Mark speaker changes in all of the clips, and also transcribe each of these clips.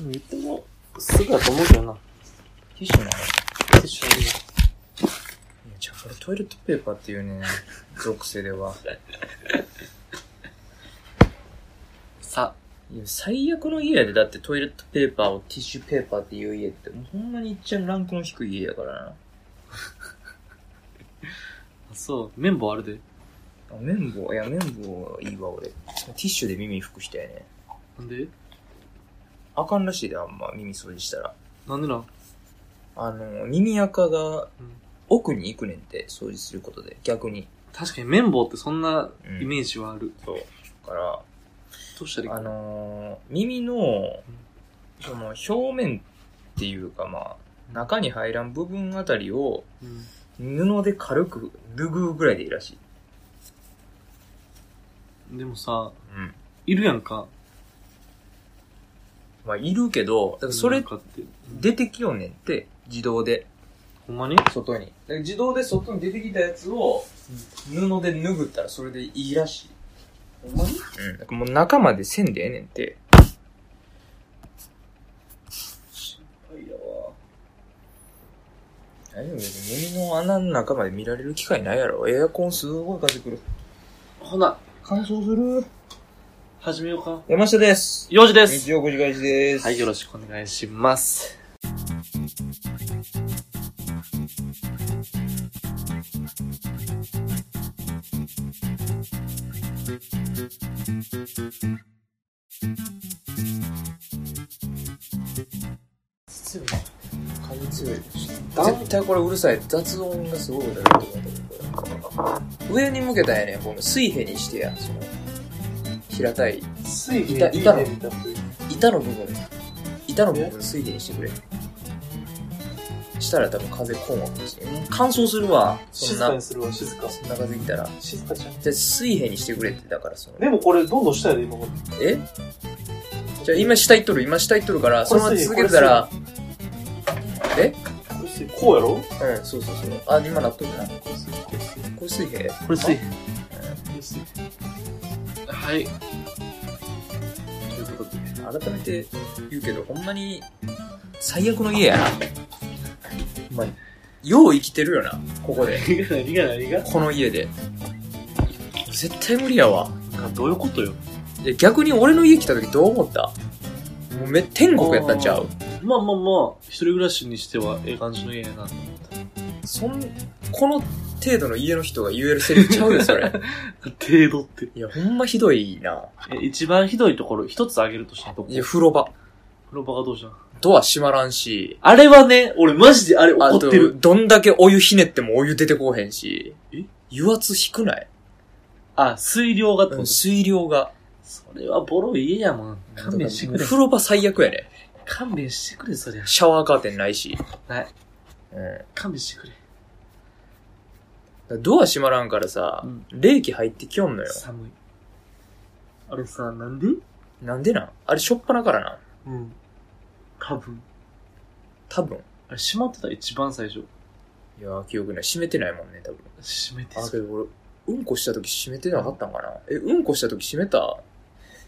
Speaker 1: 言っても、すぐだと思うけどな。
Speaker 2: ティッシュなの
Speaker 1: ティッシュ
Speaker 2: いやじゃあこれトイレットペーパーっていう ね、属性では。
Speaker 1: さ、
Speaker 2: いや、最悪の家やで、だってトイレットペーパーをティッシュペーパーっていう家って、もうほんまにいっちゃんランクの低い家やからな。
Speaker 1: あそう、綿棒あるで。
Speaker 2: あ、綿棒、いや、綿棒いいわ、俺。ティッシュで耳拭く人やね。
Speaker 1: なんで
Speaker 2: あかんらしいで、あんま耳掃除したら。
Speaker 1: なんでなん
Speaker 2: あの、耳垢が
Speaker 1: うん
Speaker 2: 奥に行くねんって、掃除することで、逆に。
Speaker 1: 確かに綿棒ってそんな
Speaker 2: うん
Speaker 1: イメージはある。
Speaker 2: そう。だから、
Speaker 1: どうしたらいい
Speaker 2: あ
Speaker 1: かな。
Speaker 2: のー耳の、その、表面っていうか、まあ、中に入らん部分あたりを、
Speaker 1: うん。
Speaker 2: 布で軽く拭うぐらいでいいらしい。
Speaker 1: でもさ、
Speaker 2: うん。
Speaker 1: いるやんか。
Speaker 2: まあ、いるけど、だからそ
Speaker 1: い
Speaker 2: れ
Speaker 1: るやん、かって。うん
Speaker 2: 出てきよんねんって、自動で、
Speaker 1: ほんまに
Speaker 2: 外に。だから自動で外に出てきたやつを、布で拭ったらそれでいいらしい。
Speaker 1: ほんまに
Speaker 2: うん。だからもう中までせんでええねんって。
Speaker 1: 心配やわ。
Speaker 2: 大丈夫です。耳の穴の中まで見られる機会ないやろ。エアコンすごい風くる。
Speaker 1: ほな、
Speaker 2: 乾燥する。
Speaker 1: 始めようか。
Speaker 2: 山下です。
Speaker 1: 4時です
Speaker 2: 日曜5時開始です。
Speaker 1: はい、よ
Speaker 2: ろ
Speaker 1: ろしくお願いします。
Speaker 2: しく。風強い。絶対これうるさい。雑音がすごいことになると思うけど。上に向けたんやねん。この水平にしてや。その、平たい。
Speaker 1: つい
Speaker 2: いたいたの
Speaker 1: う
Speaker 2: 板の部分。板の部分水平にしてくれ。したら多分風こんわ。乾燥するわ。そん
Speaker 1: 静か
Speaker 2: な
Speaker 1: に、するわ、静か。
Speaker 2: そんな風来たら。
Speaker 1: 静かじゃん。
Speaker 2: じゃあ水平にしてくれって、だからその。
Speaker 1: でもこれ、どんどん下やで、今まで。
Speaker 2: えじゃあ今下行っとる、今下行っとるから、
Speaker 1: こ
Speaker 2: そ
Speaker 1: れ
Speaker 2: のまま続けてたら、
Speaker 1: これ水こうやろ
Speaker 2: うん、そうそうそう。あ、今なっとるな。こ
Speaker 1: これ水こ
Speaker 2: れ水平。
Speaker 1: れ水。これ水。はい。ということで。
Speaker 2: 改めて言うけど、ほんまに、最悪の家やな。ほんまに。よう生きてるよな、ここで。
Speaker 1: 何が何が何が
Speaker 2: この家で。絶対無理やわ。
Speaker 1: どういうことよ。
Speaker 2: いや逆に俺の家来た時どう思ったもうめ、天国やったんちゃう
Speaker 1: まあまあまあ、一人暮らしにしてはええ感じの家やな。
Speaker 2: そん、この程度の家の人が言えるセリフちゃうよ、それ。
Speaker 1: 程度って。
Speaker 2: いや、ほんまひどいな。
Speaker 1: え一番ひどいところ、一つ挙げるとしたらどこ
Speaker 2: いや、風呂場。
Speaker 1: 風呂場がどうしたん
Speaker 2: ドア閉まらんし、
Speaker 1: あれはね、俺マジであれ
Speaker 2: あ
Speaker 1: 怒
Speaker 2: と
Speaker 1: ってる。、
Speaker 2: どんだけお湯ひねってもお湯出てこうへんし
Speaker 1: え、
Speaker 2: 油圧低ない、
Speaker 1: あ、水量がって
Speaker 2: う
Speaker 1: こ
Speaker 2: ん、
Speaker 1: と。そ
Speaker 2: 水量が。
Speaker 1: れはボロい家やもん。勘弁してくれ。
Speaker 2: 風呂場最悪やね。
Speaker 1: 勘弁してくれ、そりゃ。
Speaker 2: シャワーカーテンないし。
Speaker 1: ない。
Speaker 2: うん
Speaker 1: 勘弁してくれ。
Speaker 2: だ。ドア閉まらんからさ、
Speaker 1: うん
Speaker 2: 冷気入ってきよんのよ。
Speaker 1: 寒い。あれさ、なんで
Speaker 2: なんでなんあれしょっぱなからな。
Speaker 1: うん。多分。
Speaker 2: 多分。
Speaker 1: あれ閉まってた、一番最初。
Speaker 2: いやー、記憶ない。閉めてないもんね、多分。
Speaker 1: 閉めて
Speaker 2: あ、けど俺、うんこした時閉めてなかったんかな。え、うんこした時閉めた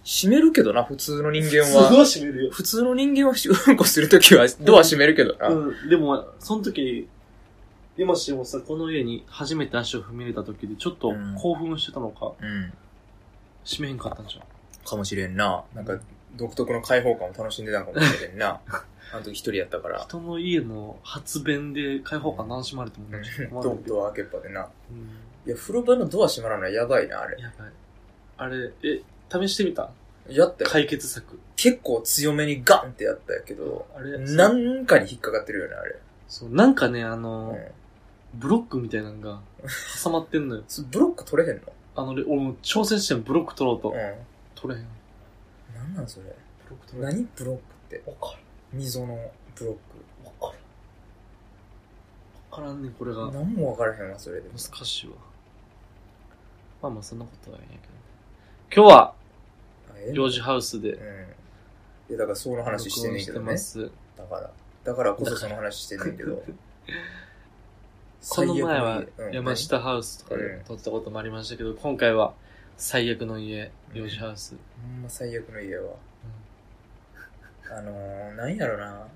Speaker 2: 閉めるけどな、普通の人間
Speaker 1: す
Speaker 2: は。
Speaker 1: ごい閉めるよ。
Speaker 2: 普通の人間はしうんこするときはドア閉めるけどな。
Speaker 1: うん。でも、その時、今してもさ、この家に初めて足を踏み入れた時で、ちょっと
Speaker 2: うん
Speaker 1: 興奮してたのか、
Speaker 2: うん
Speaker 1: 閉めへんかったんじゃん。
Speaker 2: かもしれんな。なんか、独特の開放感を楽しんでたんかもしれん な。あの時一人やったから。
Speaker 1: 人の家の発弁で開放感楽しまれても
Speaker 2: う
Speaker 1: ら
Speaker 2: ん
Speaker 1: っちゃ困
Speaker 2: ド
Speaker 1: るけど。
Speaker 2: ドア開けっぱでな。
Speaker 1: うん
Speaker 2: いや、風呂場のドア閉まらないやばいな、あれ。
Speaker 1: やばい。あれ、え、試してみた
Speaker 2: やったよ。
Speaker 1: 解決策。
Speaker 2: 結構強めにガンってやったやけど、
Speaker 1: あれ、
Speaker 2: なんかに引っかかってるよね、あれ。
Speaker 1: そう、なんかね、あ
Speaker 2: う
Speaker 1: の、
Speaker 2: ん
Speaker 1: ブロックみたいなのが挟まってんのよ。
Speaker 2: そブロック取れへんの
Speaker 1: あの、俺も挑戦してんブロック取ろうと。
Speaker 2: う
Speaker 1: 取れへん。
Speaker 2: ん。なんなんそれ。
Speaker 1: ブロック取れへん。
Speaker 2: 何ブロックって。
Speaker 1: わか
Speaker 2: 溝のブロッ
Speaker 1: る。
Speaker 2: ク。
Speaker 1: わかる。わからんね、これが。
Speaker 2: 何もわからへんわ、それでも。
Speaker 1: 難しいわ。まあまあ、そんなことはないんやけど。今日は、
Speaker 2: あええ
Speaker 1: 領事ハウスで
Speaker 2: う、ん。いや、だからその話してんねんけど
Speaker 1: 録音
Speaker 2: ね
Speaker 1: し。てます。
Speaker 2: だから。だからこそその話してんねんけど。
Speaker 1: この前は
Speaker 2: 最悪の家うん
Speaker 1: 山下ハウスとか
Speaker 2: う
Speaker 1: で
Speaker 2: ん
Speaker 1: 撮ったこともありましたけど、今回は最悪の家、
Speaker 2: うん
Speaker 1: 領事ハウス。
Speaker 2: ほんま最悪の家は。あのー、なんやろな。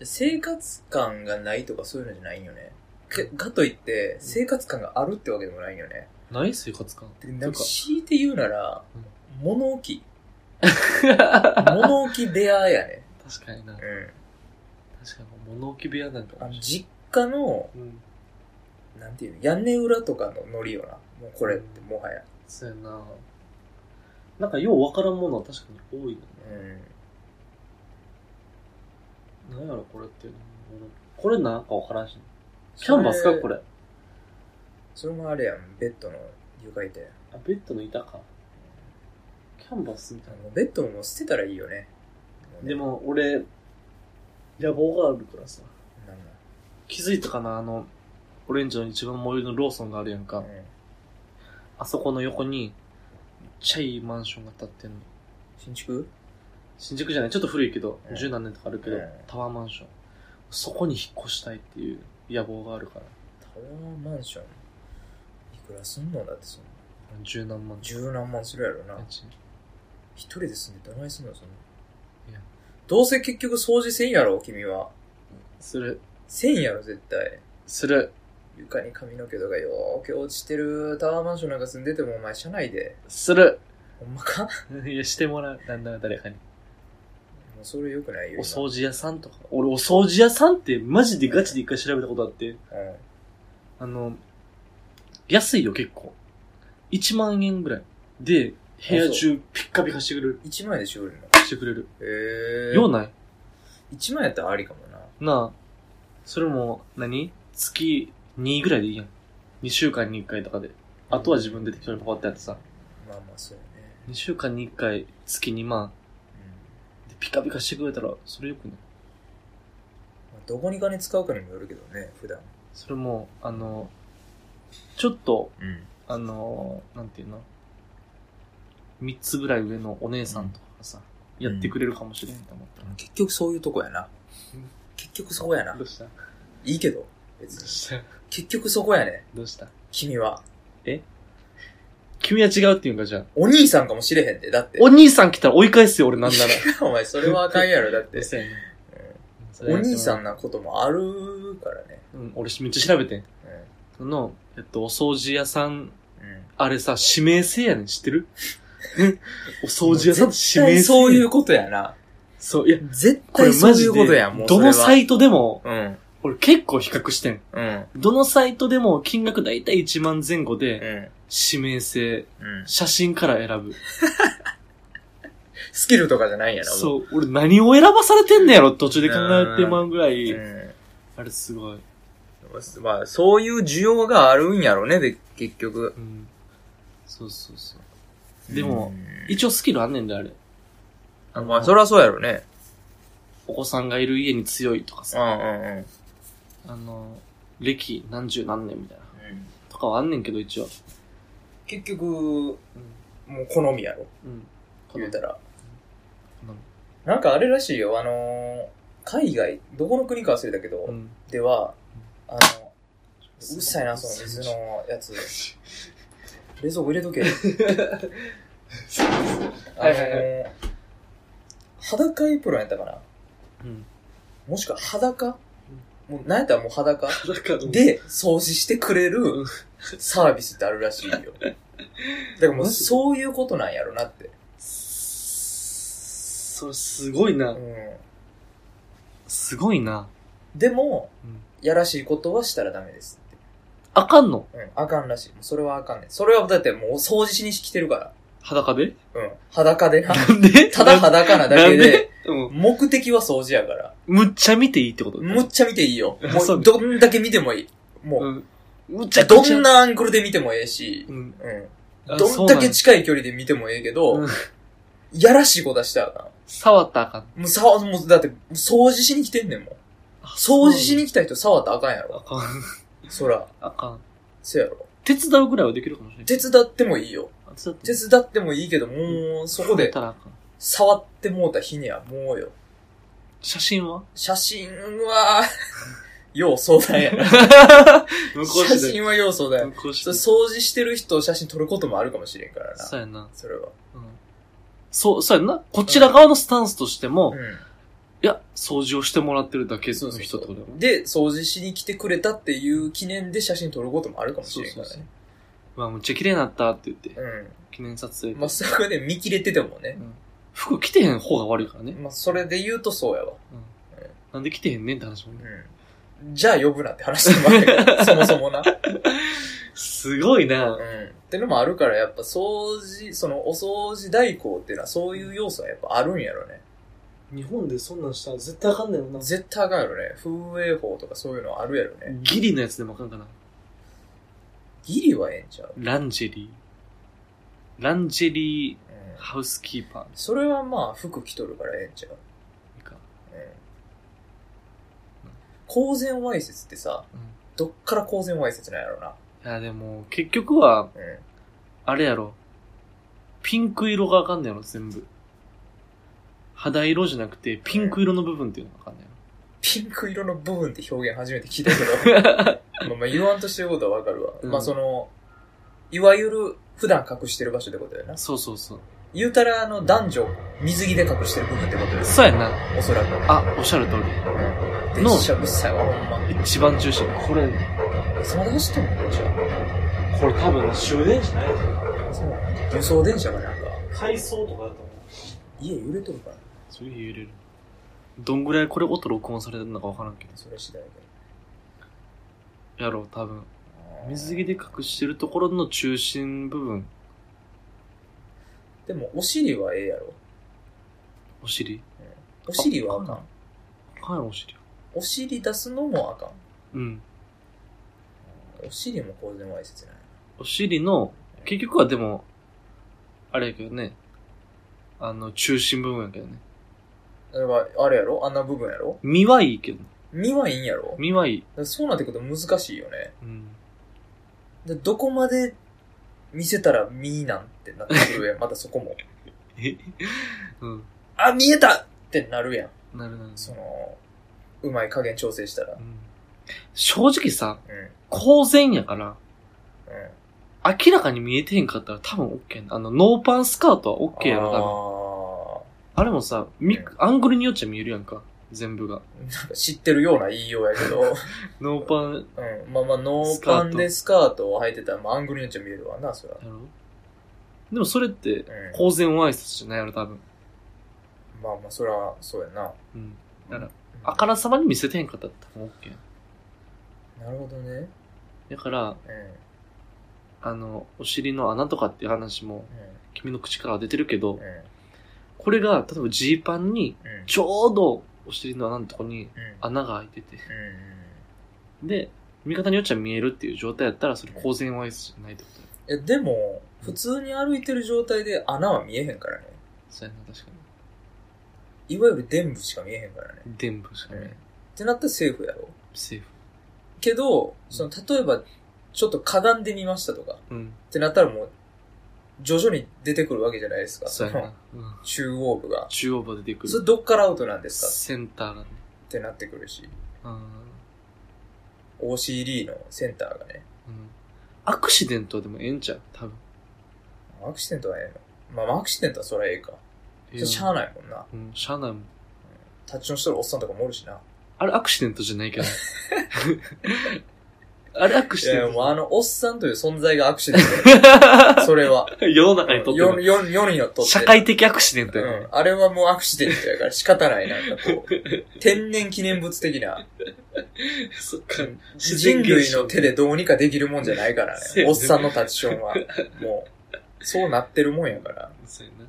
Speaker 2: 生活感がないとかそういうのじゃないんよね。けがといって、生活感があるってわけでもないんよね。
Speaker 1: ない生活感。
Speaker 2: で、なんか、
Speaker 1: てか
Speaker 2: 強いて言うなら、物 置。物置部屋やね。
Speaker 1: 確かにな。
Speaker 2: う
Speaker 1: 確かに、物置部屋なんか
Speaker 2: ん。あ
Speaker 1: も
Speaker 2: の、
Speaker 1: し
Speaker 2: 実家の、
Speaker 1: れん。うん。
Speaker 2: なんていうの、屋根裏とかのノリよな。もうこれってもはや。
Speaker 1: そうやな。なんか、ようわからんものは確かに多い
Speaker 2: うん。
Speaker 1: な。なんやろ、これっていうの。これなんかわからんし。キャンバスか、これ。
Speaker 2: それもあれやん、ベッドの床板や。
Speaker 1: あ、ベッドの板か。キャンバスみたい
Speaker 2: あのベッドももう捨てたらいいよね。
Speaker 1: な。で、も、俺、野望があるからさ。
Speaker 2: なんだ
Speaker 1: 気づいたかなあの、オレンジの一番最寄りのローソンがあるやんか。
Speaker 2: うん
Speaker 1: あそこの横に、めっちゃいいマンションが建ってんの。
Speaker 2: 新築
Speaker 1: 新宿じゃない、ちょっと古いけど
Speaker 2: う、ん
Speaker 1: 十、何年とかあるけど、
Speaker 2: うん
Speaker 1: タワーマンション。そこに引っ越したいっていう野望があるから。
Speaker 2: タワーマンション。いくらすんのだってその、
Speaker 1: 十何万。
Speaker 2: 十何万するやろな。
Speaker 1: 家賃
Speaker 2: 一人で住んでどないすんのその。
Speaker 1: いや
Speaker 2: どうせ結局掃除せんやろ、君は。
Speaker 1: する、
Speaker 2: せんやろ、絶対。
Speaker 1: する、
Speaker 2: 床に髪の毛とかよーけ落ちてるタワーマンションなんか住んでてもお前車内で。
Speaker 1: する。
Speaker 2: ほんまかも
Speaker 1: いや、してもらう。なんだら誰かに。
Speaker 2: うそれ良くないよ。
Speaker 1: お
Speaker 2: 今
Speaker 1: 掃除屋さんとか。俺、お掃除屋さんってマジでガチで一回調べたことあって。
Speaker 2: うん。
Speaker 1: あの、安いよ、結構。1万円ぐらい。で、部屋中ピッカピカしてくれる。
Speaker 2: 1万円でしおるの。
Speaker 1: してくれる。
Speaker 2: えー。
Speaker 1: ようない
Speaker 2: 1万円やったらありかもな。
Speaker 1: なあ、それも何、月2ぐらいでいいやん。2週間に1回とかで。あとは自分で適当にパパってやってさ。
Speaker 2: まあまあ、そうよね。
Speaker 1: 2週間に1回、月2万。
Speaker 2: うん。
Speaker 1: で、ピカピカしてくれたら、それよくね。
Speaker 2: まあどこに金使うかにもよるけどね、普段。
Speaker 1: それも、あの、ちょっと、
Speaker 2: うん。
Speaker 1: あの、なんていうの ?3 つぐらい上のお姉さんとかがさ、
Speaker 2: ん
Speaker 1: やってくれるかもしれんと思ったら。
Speaker 2: 結局そういうとこやな
Speaker 1: うん。
Speaker 2: 結局そこやな
Speaker 1: どう。したど
Speaker 2: いいけど、別
Speaker 1: う
Speaker 2: に。
Speaker 1: した
Speaker 2: 結局そこやね。
Speaker 1: どうした
Speaker 2: 君は。
Speaker 1: 君は違うっていうんか、じゃあ。
Speaker 2: お兄さんかもしれへんで、だって。
Speaker 1: お兄さん来たら追い返すよ、俺なんなら。
Speaker 2: お前、それはあかんやろ、だって。
Speaker 1: 嘘やね
Speaker 2: お兄さんなこともあるからね。
Speaker 1: うん、俺めっちゃ調べてん。その、えっと、お掃除屋さん、
Speaker 2: うん。うん。
Speaker 1: あれさ、指名制やねん、知 ってるお掃除屋さんって指名制。。
Speaker 2: そういううことやな。
Speaker 1: そう、いや、
Speaker 2: 絶
Speaker 1: これ
Speaker 2: 対そう
Speaker 1: マジ
Speaker 2: い
Speaker 1: で、
Speaker 2: うことや、もうそ
Speaker 1: ど
Speaker 2: れは。
Speaker 1: のサイトでも、
Speaker 2: うん。
Speaker 1: 俺結構比較してん。
Speaker 2: うん。
Speaker 1: どのサイトでも金額だいたい1万前後
Speaker 2: う
Speaker 1: で、
Speaker 2: ん。
Speaker 1: 指名制、
Speaker 2: うん。
Speaker 1: 写真から選ぶ。
Speaker 2: スキルとかじゃないんやな、もう。
Speaker 1: そう、俺何を選ばされてんのやろ、途中で考えてまうぐら
Speaker 2: う
Speaker 1: い。
Speaker 2: ん。
Speaker 1: あれすごい。
Speaker 2: まあ、そういう需要があるんやろね、で、結局。
Speaker 1: うん。そうそうそう。でも
Speaker 2: う、ん、
Speaker 1: 一応スキルあんねんで、あれ。あ
Speaker 2: まあ、そりゃそうやろね。
Speaker 1: お子さんがいる家に強いとか
Speaker 2: う
Speaker 1: さ、
Speaker 2: んうんうん。
Speaker 1: あの、歴何十何年みたいな。とかはあんねんけど、一応。
Speaker 2: 結局、も
Speaker 1: う
Speaker 2: う好みやろ。
Speaker 1: ん。うん。
Speaker 2: 言うたら。
Speaker 1: 好み
Speaker 2: なんかあれらしいよ、あのー海外、どこの国か忘れたけど、
Speaker 1: うん。
Speaker 2: では、あの、うっさいな、その水
Speaker 1: う
Speaker 2: の やつ。冷蔵庫入れとけ。
Speaker 1: はいはいは。
Speaker 2: あのー、裸エプロンやったかなん もしくは裸もう、なんやったらもう裸
Speaker 1: 裸の、
Speaker 2: で、掃除してくれるサービスってあるらしいよ。だからもう、
Speaker 1: マジ
Speaker 2: そういうことなんやろなって。
Speaker 1: それすごいな
Speaker 2: う。ん。
Speaker 1: すごいな。
Speaker 2: でも、
Speaker 1: うん
Speaker 2: やらしいことはしたらダメですって。
Speaker 1: あかんの
Speaker 2: うん、あかんらしい。もうそれはあかんねん。それはだってもう掃除しに来てるか
Speaker 1: 裸で
Speaker 2: ら。うん。裸 でな。
Speaker 1: なんで
Speaker 2: ただ裸なだ
Speaker 1: な
Speaker 2: け
Speaker 1: ん
Speaker 2: で、
Speaker 1: でうん。
Speaker 2: 目的は掃除やから。
Speaker 1: むっちゃ見ていいってこと
Speaker 2: むっちゃ見ていいよ。
Speaker 1: あ
Speaker 2: も
Speaker 1: そうう
Speaker 2: どんだけ見てもいい。も
Speaker 1: うん。むっ
Speaker 2: う、
Speaker 1: ちゃ
Speaker 2: どん。なアングルで見てもええし
Speaker 1: う、ん。
Speaker 2: うん。
Speaker 1: あ
Speaker 2: どんだけ近い距離で見てもええけ
Speaker 1: う
Speaker 2: ど
Speaker 1: ん、
Speaker 2: やらしいことはしたらあかん。
Speaker 1: 触ったらあかん。
Speaker 2: もうさ、もうだって、掃除しに来てんねんもん。掃除しに来た人触ったらあかんや
Speaker 1: あ
Speaker 2: ろ。
Speaker 1: かん。
Speaker 2: そら、
Speaker 1: あかん。
Speaker 2: せやろ。
Speaker 1: 手伝うぐらいはできるかもしれない。
Speaker 2: 手伝ってもいいよ。
Speaker 1: あ手伝って
Speaker 2: 手伝ってもいいけど、もう、そこ
Speaker 1: 触っ
Speaker 2: で
Speaker 1: たらあかん
Speaker 2: 触ってもうた日にはもうよ。
Speaker 1: 写真 は
Speaker 2: 写真は、 よう相 談やな。
Speaker 1: 向こう
Speaker 2: 写
Speaker 1: 次第。
Speaker 2: 真はよう相談や
Speaker 1: 向こう次
Speaker 2: そ
Speaker 1: 第
Speaker 2: う掃除してる人を写真撮ることもあるかもしれんからな。
Speaker 1: そうやな。
Speaker 2: それは。
Speaker 1: うん。そう、そうやんな。こちら側のスタンスとしても、
Speaker 2: うん。
Speaker 1: いや、掃除をしてもらってるだけの人ってことだよね。
Speaker 2: で、掃除しに来てくれたっていう記念で写真撮ることもあるかもしれんからね。
Speaker 1: そううわ、めっちゃ綺麗になったって言って、
Speaker 2: うん。
Speaker 1: 記念撮影。
Speaker 2: まあ、そこで見切れててもね。
Speaker 1: 服着てへん方が悪いからね。
Speaker 2: まあ、それで言うとそうやわ。
Speaker 1: なんで着てへんねんって話もね。
Speaker 2: うん。じゃあ呼ぶなって話もあるけ ど、そもそもな。
Speaker 1: すごいな
Speaker 2: うん。ってのもあるから、やっぱ掃除、そのお掃除代行っていうのはそういう要素はやっぱあるんやろね。
Speaker 3: 日本でそんなんしたら絶対あかんねんな。
Speaker 2: 絶対あかんやろね。風営法とかそういうのあるやろね。
Speaker 1: ギリのやつでもあかんかな。
Speaker 2: ギリはええんちゃう、
Speaker 1: ランジェリー。ランジェリー
Speaker 2: うん、
Speaker 1: ハウスキーパー
Speaker 2: それはまあ服着とるからええんちゃう、
Speaker 1: か。
Speaker 2: うん、公然わいせつってさ、
Speaker 1: うん
Speaker 2: どっから公然わいせつなんやろな。
Speaker 1: いや、でも、結局は、
Speaker 2: うん。
Speaker 1: あれやろ。ピンク色があかんねやろ、全部。肌色じゃなくて、ピンク色の部分っていうのがあかんねやろ。
Speaker 2: ピンク色の部分って表現初めて聞いた けど、まあまあ言わんとしてることはわかるわ。
Speaker 1: うん
Speaker 2: まあその、いわゆる普段隠してる場所ってことだよな。
Speaker 1: そうそうそう。
Speaker 2: 言うたらあの男女、水着で隠してる部分ってことです。
Speaker 1: そうやな。
Speaker 2: おそらく。
Speaker 1: あ、おっしゃる通り。
Speaker 2: で、
Speaker 1: の
Speaker 2: しゃぶさいわ、ほんま。
Speaker 1: 一番中心。これ、
Speaker 2: いつまで走ってんのじゃ
Speaker 3: これ多分終電じゃない
Speaker 2: あ。そう輸送電車がなんか、
Speaker 3: 回送とかだと思
Speaker 2: 家揺れとるから。
Speaker 1: すげえ揺れる。どんぐらいこれ音録音されてるのかわからんけ
Speaker 2: それ次第で。
Speaker 1: ど。やろう、多分。水着で隠してるところの中心部分、
Speaker 2: でも、お尻はええやろ。
Speaker 1: お尻。
Speaker 2: お尻はあか
Speaker 1: あ
Speaker 2: ん。
Speaker 1: あかんやろ、お尻は。
Speaker 2: お尻出すのもあかん。
Speaker 1: うん。
Speaker 2: お尻も公然わいせつない。
Speaker 1: お尻の、結局はでも、あれやけどね。あの、中心部分やけどね。
Speaker 2: だから、あれやろあんな部分やろ
Speaker 1: 身はいいけどね。
Speaker 2: 身はいいんやろだか
Speaker 1: 身はいい。
Speaker 2: らそうなってくると難しいよね。
Speaker 1: うん。
Speaker 2: でどこまで見せたら身なんてなってくる やん。またそこも。
Speaker 1: え うん。
Speaker 2: あ、見えたってなるやん。
Speaker 1: なるなる。
Speaker 2: その、うまい加減調整したら。
Speaker 1: うん。正直さ、
Speaker 2: うん。うん。
Speaker 1: 公然やから、明らかに見えてへんかったら多分 OK な。あの、ノーパンスカートは OK やろ、多分。あれもさ、み
Speaker 2: うん
Speaker 1: アングルによっちゃ見えるやんか。全部が。
Speaker 2: あーなんか知ってるような言いようやけ ど。
Speaker 1: ノーパン
Speaker 2: うん。まあまあ、ノーパンでスカートを履いてたら、まあ、アングルによっちゃ見えるわな、それは。
Speaker 1: やろでもそれって、
Speaker 2: うん。
Speaker 1: 公然わいせつじゃないやろ、多分。
Speaker 2: まあまあ、それは、そうやな。
Speaker 1: うん。
Speaker 2: う
Speaker 1: だ
Speaker 2: ん
Speaker 1: から、あからさまに見せてへんかったら多分 OK。
Speaker 2: なるほどね。
Speaker 1: だから、
Speaker 2: うん。うん。
Speaker 1: あの、お尻の穴とかっていう話も、君の口からは出てるけど、
Speaker 2: うん。
Speaker 1: これが、例えばジーパンに、
Speaker 2: うん。
Speaker 1: ちょうどお尻の穴のとこに
Speaker 2: うん。
Speaker 1: 穴が開いてて、
Speaker 2: うんうん。
Speaker 1: で、見方によっちゃ見えるっていう状態やったら、それ公然わいせつじゃないってことだよ。
Speaker 2: え、でも、普通に歩いてる状態で穴は見えへんからね。
Speaker 1: そうやな、確か
Speaker 2: いわゆる伝部しか見えへんからね。
Speaker 1: に。伝部しか
Speaker 2: う
Speaker 1: 見え
Speaker 2: ん。
Speaker 1: な
Speaker 2: っ
Speaker 1: い。
Speaker 2: てなったらセーフやろ。
Speaker 1: セーフ。
Speaker 2: けど、その、例えば、ちょっとかがんでみましたとか、
Speaker 1: うん。
Speaker 2: ってなったらもう、徐々に出てくるわけじゃないですか。
Speaker 1: そうや
Speaker 2: の
Speaker 1: な。うん。
Speaker 2: 中央部が。
Speaker 1: 中央部出てくる
Speaker 2: そ。れどっからアウトなんですか
Speaker 1: センターがね。
Speaker 2: ってなってくるし、
Speaker 1: うん。
Speaker 2: OCD のセンターがね、
Speaker 1: うんアクシデントはでもええんちゃう多分。
Speaker 2: アクシデントはええの。まあ、アクシデントはそりゃええか。
Speaker 1: ええ
Speaker 2: それ
Speaker 1: わ
Speaker 2: しゃあないもんな。
Speaker 1: うん、しゃあないもん。
Speaker 2: タッチのしとるおっさんとかもおるしな。
Speaker 1: あれアクシデントじゃないけど。 あれアク
Speaker 2: い
Speaker 1: シデ
Speaker 2: や、
Speaker 1: ン
Speaker 2: もう
Speaker 1: ト。
Speaker 2: あのおっさんという存在がアクシデント。 それは。
Speaker 1: 世の中にとって
Speaker 2: 世
Speaker 1: の
Speaker 2: に世に世によっとって。
Speaker 1: 社会的アクシデント
Speaker 2: う
Speaker 1: やからね
Speaker 2: ん。あれはもうアクシデントやから仕方ない。なんかこう、 天然記念物的な、
Speaker 1: そっか。自然
Speaker 2: 人類
Speaker 1: 現象
Speaker 2: の手でどうにかできるもんじゃないから
Speaker 1: せ
Speaker 2: ね
Speaker 1: や。ね
Speaker 2: おっさんのタッチション は。もう、そうなってるもんやから。
Speaker 1: そうやな
Speaker 2: う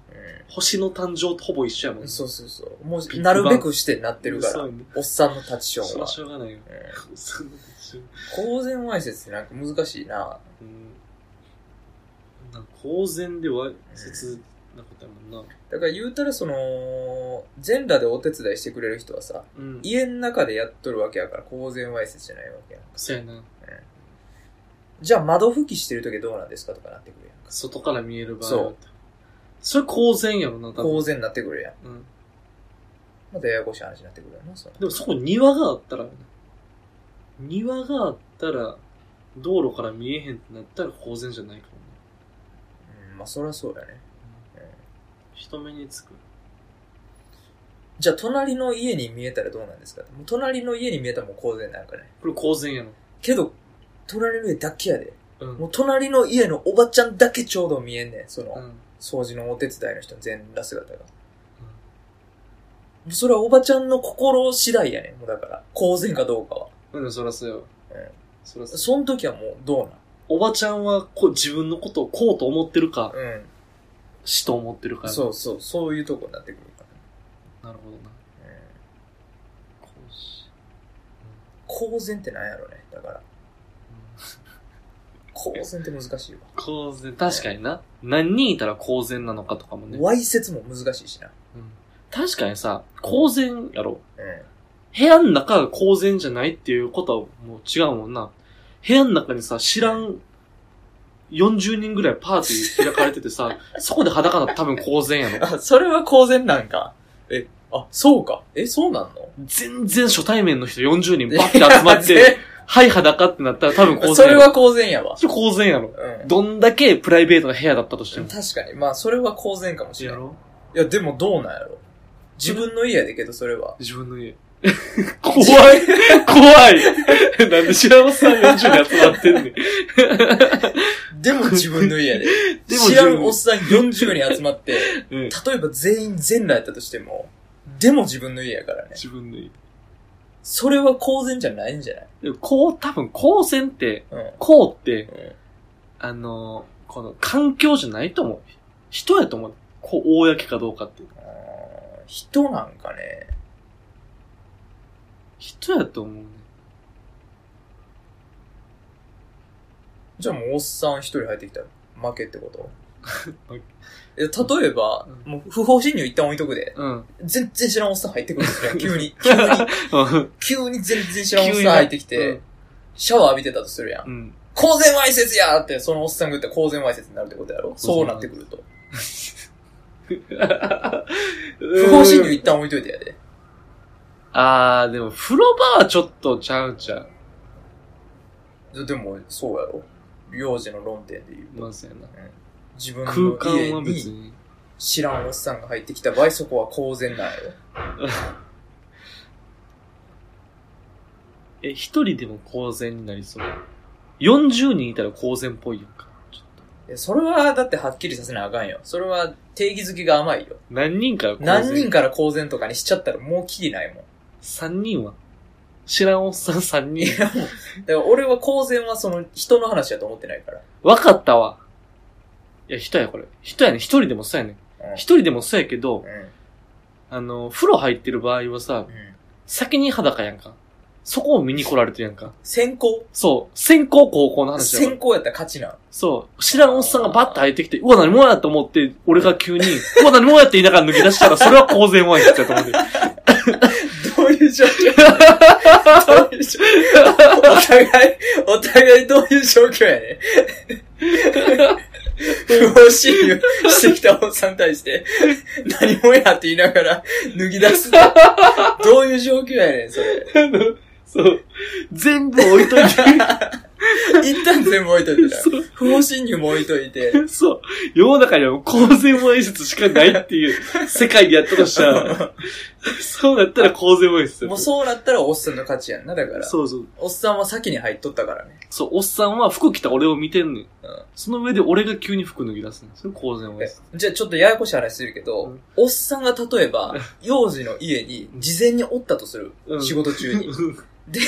Speaker 1: 星の誕生とほぼ一緒やもん
Speaker 2: ん。
Speaker 1: ね。
Speaker 2: そううそうそう。もう、なるべくしてなってるから
Speaker 1: そ。うやね
Speaker 2: おっさんのタッチショ
Speaker 1: そ
Speaker 2: ン
Speaker 1: れ
Speaker 2: は
Speaker 1: は。しょうがないよ。
Speaker 2: えー
Speaker 1: そうなんですよ
Speaker 2: 公然わいせつってなんか難しいな。
Speaker 1: うんなんか公然でわいせつなことやもんな。
Speaker 2: だから言うたらその、全裸でお手伝いしてくれる人はさ、
Speaker 1: うん。
Speaker 2: 家の中でやっとるわけやから公然わいせつじゃないわけやん。
Speaker 1: そうやな。
Speaker 2: じゃあ窓拭きしてる時どうなんですかとかなってくるやん。
Speaker 1: 外から見える場合
Speaker 2: そ
Speaker 1: はそれ公然やろな、多分。
Speaker 2: 公然になってくるやん。
Speaker 1: うん。
Speaker 2: またややこしい話になってくるやんな、その
Speaker 1: でもそこ庭があったらね、庭があったら、道路から見えへんってなったら公然じゃないかもね。
Speaker 2: うん、まあそりゃそうだね。
Speaker 1: 人目につく。
Speaker 2: じゃあ、隣の家に見えたらどうなんですかもう隣の家に見えたらもう公然なんかね。
Speaker 1: これ公然やの。
Speaker 2: けど、隣の家だけやで。
Speaker 1: うん。
Speaker 2: もう隣の家のおばちゃんだけちょうど見えんねん。その、
Speaker 1: うん。
Speaker 2: 掃除のお手伝いの人の全裸姿が。もうそれはおばちゃんの心次第やねん。もうだから、公然かどうかは。
Speaker 1: うん、そらそうよ。
Speaker 2: うん
Speaker 1: そらそう。
Speaker 2: その時はもうどう
Speaker 1: おばちゃんはこう自分のことをこうと思ってるか、
Speaker 2: なんうん。
Speaker 1: 死と思ってるか。う。
Speaker 2: そうそう、そういうとこになってくるか
Speaker 1: なるほどな。
Speaker 2: ら、ね。
Speaker 1: こうし
Speaker 2: 公然ってなんやろね。だから、
Speaker 1: うん
Speaker 2: 公然って難しいわ。
Speaker 1: 公然、確かにな。何人いたら公然なのかとかもね。
Speaker 2: わいせつも難しいしな。
Speaker 1: うん確かにさ、公然やろ。
Speaker 2: うん。
Speaker 1: 部屋の中が公然じゃないっていうことはもう違うもんな。部屋の中にさ、知らん40人ぐらいパーティー開かれててさ、そこで裸なの多分公然やろ。
Speaker 2: あ、それは公然なんか。え、あ、そうか。え、そうなんの
Speaker 1: 全然初対面の人40人 バッて集まって、はい裸ってなったら多分公
Speaker 2: そ
Speaker 1: 然
Speaker 2: れ
Speaker 1: やろ。
Speaker 2: は公然やわ。
Speaker 1: それ公然やろ。
Speaker 2: うん。
Speaker 1: どんだけプライベートな部屋だったとしても。
Speaker 2: 確かに。まあ、それは公然かもしれ
Speaker 1: や
Speaker 2: ない。
Speaker 1: ろ
Speaker 2: いや、でもどうなんやろ。自分の家やでけど、それは。
Speaker 1: 自分の家。怖い 怖いなんで白らさん40人集まってんねん。
Speaker 2: でも自分の家やで。
Speaker 1: でも
Speaker 2: 知らんおっさん40人集まって、
Speaker 1: うん
Speaker 2: 例えば全員全裸やったとしても、でも自分の家やからね。
Speaker 1: 自分の家。
Speaker 2: それは公然じゃないんじゃない
Speaker 1: でもこう、多分、光線って、
Speaker 2: うん。
Speaker 1: こうって、
Speaker 2: うん
Speaker 1: あのーこの、環境じゃないと思う。人やと思う。こう、公かどうかって。
Speaker 2: あー人なんかね。
Speaker 1: 人やと思うね。
Speaker 2: じゃあもうおっさん一人入ってきたら負けってこと
Speaker 1: 負
Speaker 2: え例えば、
Speaker 1: う
Speaker 2: もう不法侵入一旦置いとくで。
Speaker 1: うん。
Speaker 2: 全然知らんおっさん入ってくるんです よ。急に。急に。急に全然知らんおっさん入ってきて、シャワー浴びてたとするやん
Speaker 1: う。ん。
Speaker 2: 公然わいせつやーって、そのおっさんが言ったら公然わいせつになるってことやろそうなってくると。不法侵入一旦置いといてやで。
Speaker 1: あー、でも、風呂場はちょっとちゃうちゃう。
Speaker 2: でも、そうやろ幼児の論点で言うと。
Speaker 1: まずやな。
Speaker 2: 自分
Speaker 1: 空
Speaker 2: の
Speaker 1: 間は
Speaker 2: 家
Speaker 1: 別
Speaker 2: に
Speaker 1: に。
Speaker 2: 知らんおっさんが入ってきた場合、そこは公然なんやろ
Speaker 1: え、一人でも公然になりそう。40人いたら公然っぽいやんか。ちょっと
Speaker 2: いやそれは、だってはっきりさせなあかんよ。それは定義づきが甘いよ。
Speaker 1: 何人から公然
Speaker 2: 何人から公然とかにしちゃったらもうきりないもん。
Speaker 1: 三人は知らんおっさん三
Speaker 2: い
Speaker 1: 人。
Speaker 2: やもう、だから俺は公然はその人の話やと思ってないから。
Speaker 1: わかったわ。いや、人やこれ。人やねん。一人でもそうやねん。
Speaker 2: うん
Speaker 1: 一人でもそうやけど
Speaker 2: う、ん。
Speaker 1: あの、風呂入ってる場合はさ
Speaker 2: う、ん。
Speaker 1: 先に裸やんか。そこを見に来られてるやんか。
Speaker 2: 先行
Speaker 1: そう。先行高校の話やか
Speaker 2: 先
Speaker 1: ら。
Speaker 2: 行やったら勝ちなん。
Speaker 1: そう。知らんおっさんがバッと入ってきて、うわ、何もやと思って、俺が急に、うわ、何もやって言いながら抜け出したら、それは公然わいってやと思って。
Speaker 2: どういう状況どういう状況お互い、お互いどういう状況やね不法侵入してきたおっさんに対して、何もやって言いながら脱ぎ出すって。どういう状況やねん、それ。
Speaker 1: あのそう。全部置いといて。
Speaker 2: 一旦全部置いといてな
Speaker 1: そう。
Speaker 2: 不法侵入も置いといて。
Speaker 1: そう。世の中にはもう公然わいせつしかないっていう世界でやったとしたら、そうなったら公然わいせつ。
Speaker 2: もうそうなったらおっさんの勝ちやんな、だから。
Speaker 1: そうそう。
Speaker 2: おっさんは先に入っとったからね。
Speaker 1: そう、おっさんは服着た俺を見てんねん
Speaker 2: うん。
Speaker 1: その上で俺が急に服脱ぎ出すねん。それ公然わいせつ。
Speaker 2: じゃあちょっとややこしい話するけど、
Speaker 1: うん
Speaker 2: おっさんが例え ば、幼児の家に事前におったとする。
Speaker 1: うん
Speaker 2: 仕事中に。 で、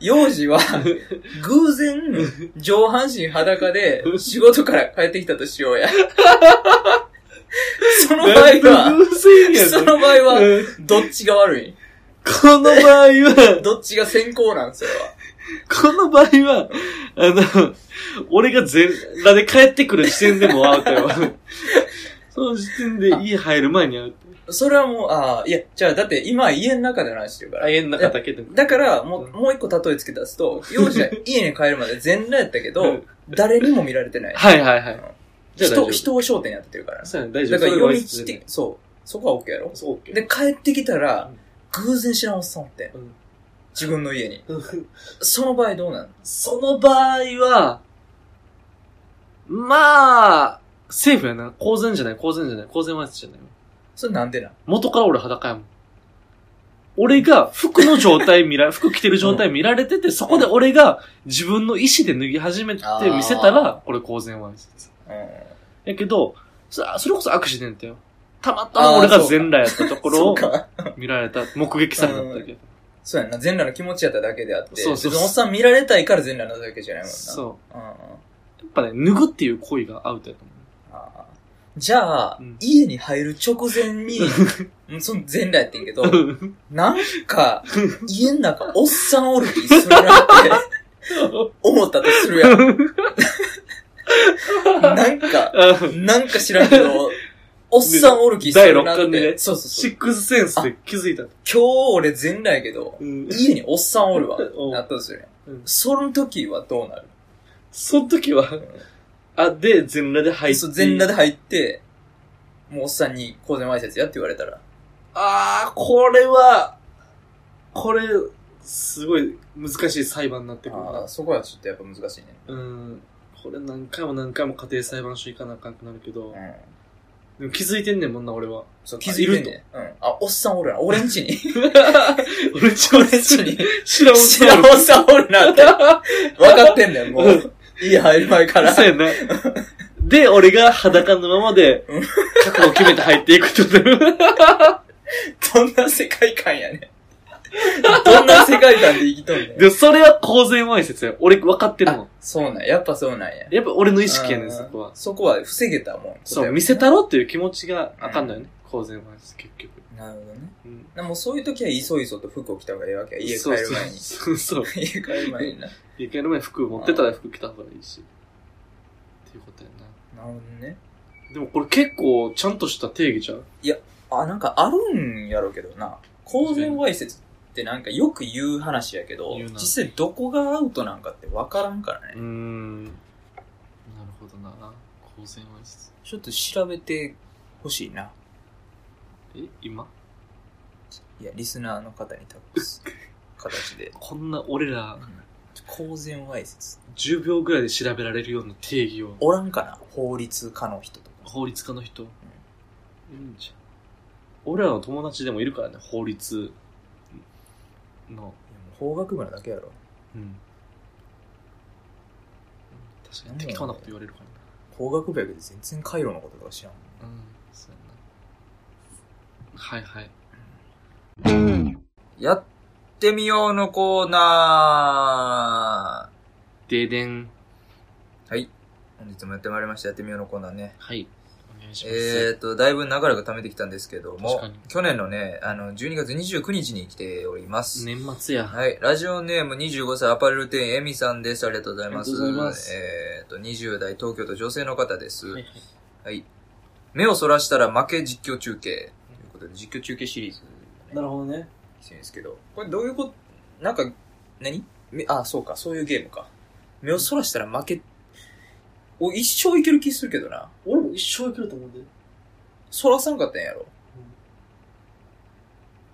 Speaker 2: 幼児は、偶然、上半身裸で、仕事から帰ってきたと しようや。その場合
Speaker 1: なん
Speaker 2: は、
Speaker 1: で偶然やねん
Speaker 2: その場合は、
Speaker 1: うん
Speaker 2: どっちが悪い
Speaker 1: この場合は、
Speaker 2: どっちが先行なんそれは。
Speaker 1: この場合は、あの、俺が全裸で帰ってくる時点でもうアウトよ。その時点で家入る前にアウト。
Speaker 2: それはもう、ああ、いや、じゃあだって今家の中での話してるから。
Speaker 1: 家の中だけで
Speaker 2: だから、もう、
Speaker 1: ん
Speaker 2: もう一個例え付け出すと、幼児は家に帰るまで全裸やったけ
Speaker 1: う
Speaker 2: ど
Speaker 1: ん、
Speaker 2: 誰にも見られてない。
Speaker 1: はいはいはい。 じゃあ大丈
Speaker 2: 人、
Speaker 1: 夫
Speaker 2: 人を焦点に当ててるから。
Speaker 1: そうやね、大丈
Speaker 2: だ
Speaker 1: 夫。
Speaker 2: から、
Speaker 1: それ
Speaker 2: よ
Speaker 1: は
Speaker 2: り
Speaker 1: 別
Speaker 2: 来
Speaker 1: に
Speaker 2: て、そう。そこは OK やろ
Speaker 1: そう、OK。
Speaker 2: で、帰ってきた
Speaker 1: う
Speaker 2: ら
Speaker 1: ん、
Speaker 2: 偶然知らんおっさんおって
Speaker 1: うん。
Speaker 2: 自分の家に。その場合どうなの
Speaker 1: その場合は、まあ、セーフやな。公然じゃない、公然じゃない、公然わいせつじゃない。
Speaker 2: それなんでなん
Speaker 1: 元から俺裸やもん。俺が服の状態見ら、 服着てる状態見られてて、そこで俺が自分の意思で脱ぎ始めて見せた
Speaker 2: あ
Speaker 1: ら、これ公然わいせつ。
Speaker 2: うん。
Speaker 1: やけど、そそれこそアクシデントよ。たまたま俺が全裸やったところ
Speaker 2: そう
Speaker 1: を
Speaker 2: か。
Speaker 1: 見られた、目撃されただけ。
Speaker 2: そうやんな。全裸の気持ちやっただけであって。
Speaker 1: そうそうそう
Speaker 2: 別におっさん見られたいから全裸なだけじゃないもんな。う。
Speaker 1: そ
Speaker 2: んうん。
Speaker 1: う。
Speaker 2: あ
Speaker 1: やっぱね、脱ぐっていう行為がアウトやと思う。
Speaker 2: あじゃあ、
Speaker 1: うん
Speaker 2: 家に入る直前に、 うんその全裸やってんけど、なんか、家の中、おっさんおる気するなって、 思ったとするやん。なんか、なんか知らんけど、おっさんおる気するな
Speaker 1: 第六
Speaker 2: って。
Speaker 1: 感でね
Speaker 2: そうそうそ
Speaker 1: シ
Speaker 2: う。
Speaker 1: ックスセンスで気づいた。
Speaker 2: 今日俺全裸やけど、
Speaker 1: うん
Speaker 2: 家におっさんおるわ。
Speaker 1: うん
Speaker 2: なったとするやん。
Speaker 1: うん
Speaker 2: その時はどうなる
Speaker 1: その時は、あ、で、全裸で入って。
Speaker 2: そう全裸で入って、もうおっさんに公然わいせつやって言われたら。
Speaker 1: あー、これは、これ、すごい難しい裁判になってくる
Speaker 2: あ
Speaker 1: な
Speaker 2: あ、。そこはちょっとやっぱ難しいね。
Speaker 1: うん。これ何回も何回も家庭裁判所行かなあかんくなるけど
Speaker 2: う、ん。
Speaker 1: でも気づいてんねんもんな、俺 は。
Speaker 2: そう、気づいてんね。うん。あ、おっさんおるな。俺 んちに。
Speaker 1: 俺ち
Speaker 2: 俺んちに。
Speaker 1: 知らん
Speaker 2: 知らんおっさんおるなって。 分かってんねん、もう。家入る前から。
Speaker 1: そうやな。で、俺が裸のままで、覚悟を決めて入っていくってこと だよ
Speaker 2: どんな世界観やねん。どんな世界観で生きとんねん。
Speaker 1: でも、それは公然わいせつや。俺分かってるもん。
Speaker 2: そうなんや。やっぱそうなんや。
Speaker 1: やっぱ俺の意識やね
Speaker 2: うん
Speaker 1: ん、そこは。
Speaker 2: そこは防げたもん。
Speaker 1: そう、見せたろっていう気持ちがあかんのよね。公然わいせつ、結局。
Speaker 2: なるほどね。
Speaker 1: うん
Speaker 2: でもそういう時はいそいそと服を着た方がいいわけや。家帰る前に。
Speaker 1: そうそう。そう
Speaker 2: 家帰る前にな。なる
Speaker 1: 家帰る前に服持ってたら服着た方がいいし。っていうことやな。
Speaker 2: ほどね。
Speaker 1: でもこれ結構ちゃんとした定義じゃん
Speaker 2: あ、なんかあるんやろうけどな。公然わいせつってなんかよく言う話やけど
Speaker 1: 言う、な
Speaker 2: 実際どこがアウトなんかってわからんから
Speaker 1: うー
Speaker 2: ね。
Speaker 1: ん。なるほどな。公然わいせつ。
Speaker 2: ちょっと調べてほしいな。
Speaker 1: え、今
Speaker 2: いや、リスナーの方に託す 形で。
Speaker 1: こんな俺ら
Speaker 2: 公然わいせつ。
Speaker 1: 10秒ぐらいで調べられるような定義を。
Speaker 2: おらんかな法律家の人とか。
Speaker 1: 法律家の人。いるんじゃん。俺らの友達でもいるからね、法律の。
Speaker 2: 法学部なだけやろ。
Speaker 1: うん。確かに適当なこと言われるからな。
Speaker 2: 法学部やけど全然回路のこととか知らん。
Speaker 1: うん、そうやな。はいはい。
Speaker 2: やってみようのコーナ
Speaker 1: ででん。
Speaker 2: ーはい。本日もやってまいりました。やってみようのコーナーね。
Speaker 1: はい。お願いします。
Speaker 2: えーと、だいぶ長らく貯めてきたんですけども
Speaker 1: 確かに、
Speaker 2: 去年のね、あの、12月29日に来ております。
Speaker 1: 年末や。
Speaker 2: はい。ラジオネーム25歳アパレル店員エミさんです。ありがとうございます。
Speaker 1: ありがとうございます
Speaker 2: えーと、20代東京都女性の方です。
Speaker 1: はいはい。
Speaker 2: 目をそらしたら負け実況中継。ということで、実況中継シリーズ、
Speaker 3: なるほどね。
Speaker 2: 来てるんですけど、これどういうこと、なんか、何めあ、そうか、そういうゲームか。目をそらしたら負け、お、一生いける気するけどな。
Speaker 3: 俺も一生いけると思うんで。
Speaker 2: そらさんかったんやろ。